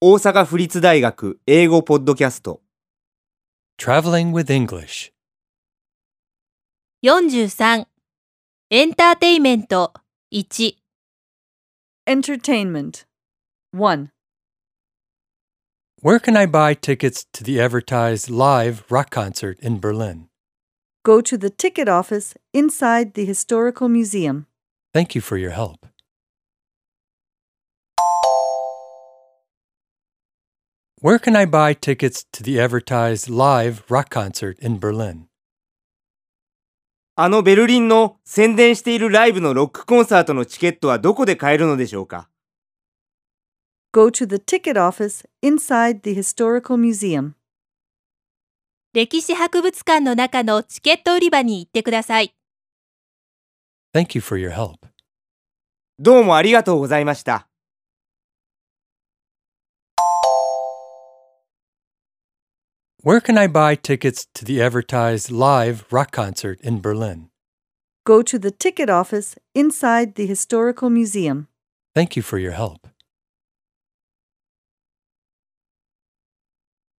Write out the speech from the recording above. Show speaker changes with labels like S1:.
S1: 大阪府立大学英語ポッドキャスト
S2: Traveling with English.
S3: 43エンターテイメント
S4: Entertainment. 1.
S2: Where can I buy tickets to the advertised live rock concert in Berlin?
S4: Go to the ticket office inside the Historical Museum.
S2: Thank you for your help. 'Where can I buy tickets to the advertised live rock concert in Berlin?
S1: あのベルリンの宣伝しているライブのロックコンサートのチケットはどこで買えるのでしょうか
S4: Go to the ticket office inside the Historical Museum.
S3: 歴史博物館の中のチケット売り場に行ってください。
S2: Thank you for your help.
S1: どうもありがとうございました。
S2: Where can I buy tickets to the advertised live rock concert in Berlin?
S4: Go to the ticket office inside the Historical Museum.
S2: Thank you for your help.